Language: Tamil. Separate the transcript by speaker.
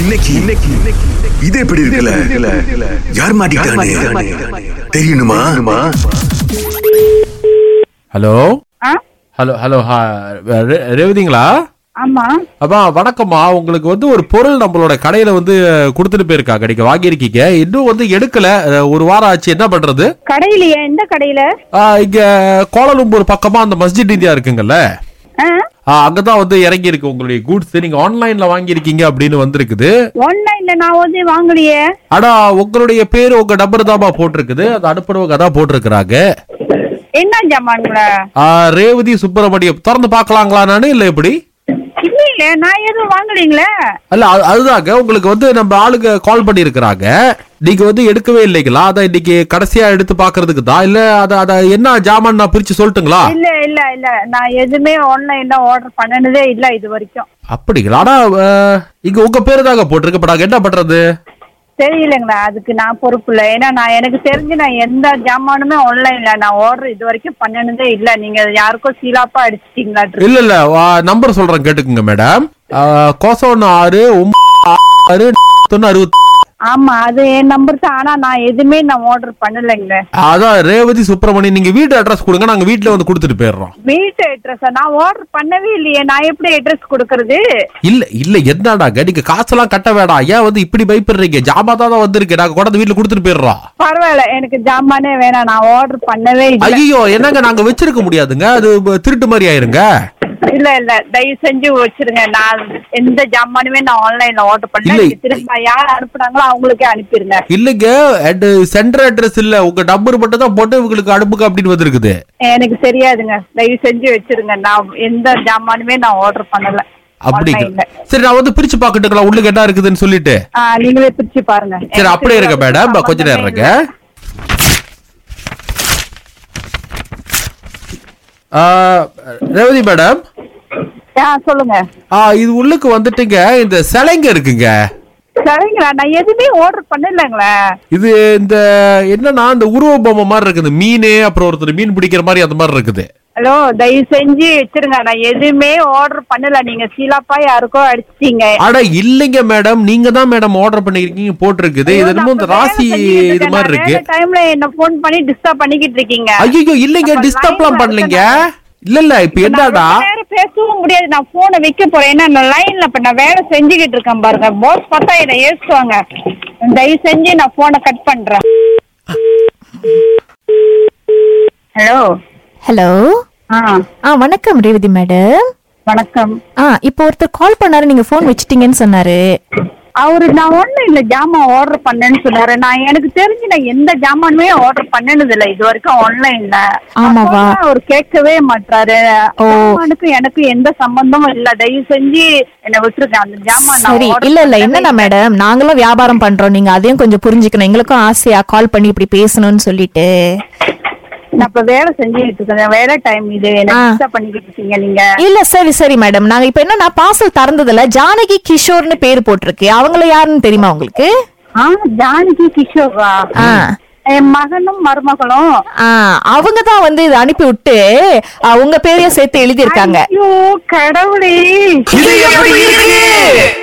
Speaker 1: இன்னைக்கு இன்னைக்கு இது எப்படி இருக்குல்ல யார் மாட்டிக்கிட்டானே தெரியணுமா
Speaker 2: ஹலோ
Speaker 3: ஆ
Speaker 2: ஹலோ ஹலோ ரேவதிங்களா
Speaker 3: ஆமா
Speaker 2: அப்பா வணக்கம்மா உங்களுக்கு வந்து ஒரு பொருள் நம்மளோட கடையில வந்து கொடுத்துட்டு போயிருக்காங்க நீங்க வாங்கியிருக்கீங்க இன்னும் வந்து எடுக்கல அஹ், ஒரு வாரம் ஆச்சு என்ன பண்றது
Speaker 3: கடையிலயா எந்த கடையில
Speaker 2: ஆ, இங்க கோலாலம்பூர் பக்கமா அந்த மஸ்ஜித் இந்தியா இருக்குங்கல்ல
Speaker 3: ஆ
Speaker 2: ஆ, அங்கதான் வந்து இறங்கி இருக்கு உங்களுடைய கூட்ஸ் நீங்க ஆன்லைன்ல வாங்கியிருக்கீங்க அப்படின்னு வந்திருக்குது
Speaker 3: ஆன்லைன்ல நான் வந்து வாங்கலையே
Speaker 2: ஆனா உங்களுடைய பேரு உங்க நம்பர் தான்ப்பா போட்டிருக்குது அது அனுப்புறவங்க தான் போட்டிருக்கிறாங்க
Speaker 3: என்ன ஜாமான்ல
Speaker 2: ஆ, ரேவதி சுப்பிரமணியம் திறந்து பார்க்கலாங்களா நானு இல்ல எப்படி
Speaker 3: இல்ல நான் எதுவும் வாங்கலீங்களே
Speaker 2: அல்ல அது- அதுதாங்க உங்களுக்கு வந்து நம்ம ஆளுங்க கால் பண்ணியிருக்கிறாங்க நீங்க வந்து எடுக்கவே இல்லைங்களா அதான் இன்னைக்கு கடைசியா எடுத்து பாக்குறதுக்கு தான் இல்ல அத அத என்ன ஜாமான் நான் பிரிச்சு சொல்லட்டுங்களா
Speaker 3: இல்ல இல்ல இல்ல நான் எதுவுமே ஆன்லைன்ல ஆர்டர் பண்ணினதே இல்ல இது வரைக்கும்
Speaker 2: அப்படிங்களா ஆனா அஹ், இங்க உங்க பேரு தாங்க போட்டிருக்கு இப்ப நாங்க என்ன பண்றது
Speaker 3: தெரியலங்களா அதுக்கு நான் பொறுப்பு இல்லை ஏன்னா நான் எனக்கு தெரிஞ்சு நான் எந்த ஜாமானுமே ஆன்லைன்ல நான் ஆர்டர் இது வரைக்கும் பண்ணினதே இல்ல நீங்க யாருக்கோ சீலாப்பா அடிச்சிட்டீங்களா
Speaker 2: இல்ல இல்ல நம்பர் சொல்றேன் கேட்டுக்குங்க மேடம் கோசோன்னு ஆறு ஒன்பது ஆறு தொண்ணூறு அறுபத்தி
Speaker 3: ஆமா அது என் நம்பர் தான் ஆனா நான் எதுவுமே நான் ஆர்டர் பண்ணலைங்களே
Speaker 2: அதான் ரேவதி சுப்பிரமணியன் நீங்க வீட்டு அட்ரஸ் கொடுங்க நாங்க வீட்ல வந்து கொடுத்துட்டு போயிடுறோம்
Speaker 3: வீட்டு அட்ரஸ் நான் ஆர்டர் பண்ணவே இல்லையே நான் எப்படி அட்ரஸ் கொடுக்கறது
Speaker 2: இல்ல இல்ல என்னடாங்க நீங்க காசெல்லாம் கட்ட வேண்டாம் ஏன் வந்து இப்படி பயப்படுறீங்க ஜாமா தான் வந்திருக்கு நாங்க கொண்டாந்து வீட்ல கொடுத்துட்டு போயிடுறோம்
Speaker 3: பரவாயில்ல எனக்கு ஜாமானே வேணாம் நான் ஆர்டர் பண்ணவே இல்ல
Speaker 2: ஐயோ என்னங்க நாங்க வச்சிருக்க முடியாதுங்க அது ப- திருட்டு மாதிரி ஆயிருங்க
Speaker 3: இல்ல இல்ல தயவு செஞ்சு வச்சிருங்க நான் எந்த ஜாமானுமே நான் ஆன்லைன்ல ஆர்டர்
Speaker 2: இல்லை.
Speaker 3: பண்ணேன் திரும்ப யார் அனுப்புனாங்களோ அவங்களுக்கே அனுப்பிடுங்க
Speaker 2: இல்லைங்க சென்டர் அட்ரஸ் இல்ல உங்க நம்பர் மட்டும் தான் போட்டு உங்களுக்கு அனுப்புங்க அப்படின்னு வந்திருக்குது
Speaker 3: எனக்கு தெரியாதுங்க தயவு செஞ்சு வச்சிருங்க நான் எந்த ஜாமானுமே நான் ஆர்டர் பண்ணல
Speaker 2: அப்படிங்க
Speaker 3: Online-ல.
Speaker 2: சரி நான் வந்து பிரிச்சு பாக்கட்டுங்களா உள்ளுக்கு என்ன இருக்குதுன்னு சொல்லிட்டு
Speaker 3: ஆ, நீங்களே பிரிச்சு பாருங்க
Speaker 2: சரி
Speaker 3: எனக்கு
Speaker 2: அப்படியே இருங்க
Speaker 3: தெரியாது,
Speaker 2: மேடம் கொஞ்ச நேரம்
Speaker 3: சம்பந்தமே
Speaker 2: இருங்க
Speaker 3: இல்லை.
Speaker 2: ஆ, ரேவதி மேடம்
Speaker 3: ஆ சொல்லுங்க
Speaker 2: ஆ, இது உள்ளுக்கு வந்துட்டுங்க இந்த சிலைங்க இருக்குங்க
Speaker 3: சரிங்களா நான் எதுவுமே ஆர்டர் பண்ணலங்களே
Speaker 2: இது இந்த என்னன்னா இந்த உருவ பொம்மை மாதிரி இருக்குது மீன் அப்புறம் ஒருத்தர் மீன் பிடிக்கிற மாதிரி அந்த மாதிரி இருக்குது
Speaker 3: ஹலோ தயவு செஞ்சு வச்சிருங்க நான் எதுவுமே ஆர்டர் பண்ணல நீங்க சீலாப்பா யாருக்கோ அடிச்சிட்டீங்க
Speaker 2: ஆனா இல்லைங்க மேடம் நீங்க தான் மேடம் ஆர்டர் பண்ணிருக்கீங்க போட்டிருக்குது இது என்னமோ இந்த ராசி இது மாதிரி இருக்கு
Speaker 3: டைம்ல என்ன ஃபோன் பண்ணி டிஸ்டர்ப் பண்ணிக்கிட்டு இருக்கீங்க
Speaker 2: ஐயோ இல்லைங்க
Speaker 3: அப்ப
Speaker 2: டிஸ்டர்ப்லாம்
Speaker 3: line-ல
Speaker 2: பண்ணலைங்க
Speaker 3: இருக்கேன்
Speaker 2: இல்ல இல்ல இப்ப
Speaker 3: நான்
Speaker 2: என்னடா
Speaker 3: ரொம்ப நேரம் பேசவும் முடியாது நான் போனை வைக்க போறேன் ஏன்னா நான் லைன்ல இப்ப நான் வேலை செஞ்சுக்கிட்டு இருக்கேன் பாருங்க போஸ் பார்த்தா என்ன ஏசுவாங்க தயவு செஞ்சு நான் போனை கட் பண்றேன் ஹலோ
Speaker 4: ஹலோ
Speaker 3: ஆ
Speaker 4: ஆ வணக்கம் ரேவதி மேடம்
Speaker 3: வணக்கம்
Speaker 4: ஆ இப்போ ஒருத்தர் கால் பண்ணாரு நீங்க ஃபோன் வச்சிட்டீங்கன்னு சொன்னாரு
Speaker 3: அவரு நான் ஒண்ணும் இல்ல ஜாமான் ஆர்டர் பண்ணேன்னு சொன்னாரு நான் எனக்கு தெரிஞ்சு நான் எந்த ஜாமானுமே ஆர்டர் பண்ணனது இல்ல இது வரைக்கும் ஆன்லைன்ல
Speaker 4: ஆமாவா?
Speaker 3: அவர் கேட்கவே மாட்டாரு
Speaker 4: ஓ.
Speaker 3: ஜாமானுக்கு எனக்கு எந்த சம்பந்தமும் இல்ல தயவு செஞ்சு என்ன விட்டுருங்க அந்த ஜாமான் நான்
Speaker 4: சரி
Speaker 3: order
Speaker 4: இல்ல இல்ல
Speaker 3: பண்ணவே
Speaker 4: என்னடா
Speaker 3: இல்ல.
Speaker 4: மேடம் நாங்களும் வியாபாரம் பண்றோம் நீங்க அதையும் கொஞ்சம் புரிஞ்சுக்கணும் எங்களுக்கும் ஆசையா கால் பண்ணி இப்படி பேசணும்னு சொல்லிட்டு
Speaker 3: நான் இப்ப வேலை செஞ்சுட்டு இருக்கேன் வேலை டைம் இது
Speaker 4: ஆ.
Speaker 3: என்ன பண்ணிக்கிட்டு இருக்கீங்க நீங்க
Speaker 4: இல்ல சரி சரி மேடம் நாங்க இப்ப என்னன்னா பார்சல் திறந்ததுல ஜானகி கிஷோர்னு பேர் போட்டிருக்கு அவங்கள யாருன்னு தெரியுமா உங்களுக்கு
Speaker 3: ஆ ஜானகி கிஷோரா
Speaker 4: ஆ.
Speaker 3: என் மகனும் மருமகளும்
Speaker 4: ஆ அவங்க தான் வந்து இதை அனுப்பி விட்டு ஆ, உங்க பேரையும் சேர்த்து எழுதியிருக்காங்க
Speaker 3: ஐயோ கடவுளே
Speaker 2: இது எப்படி இருக்கு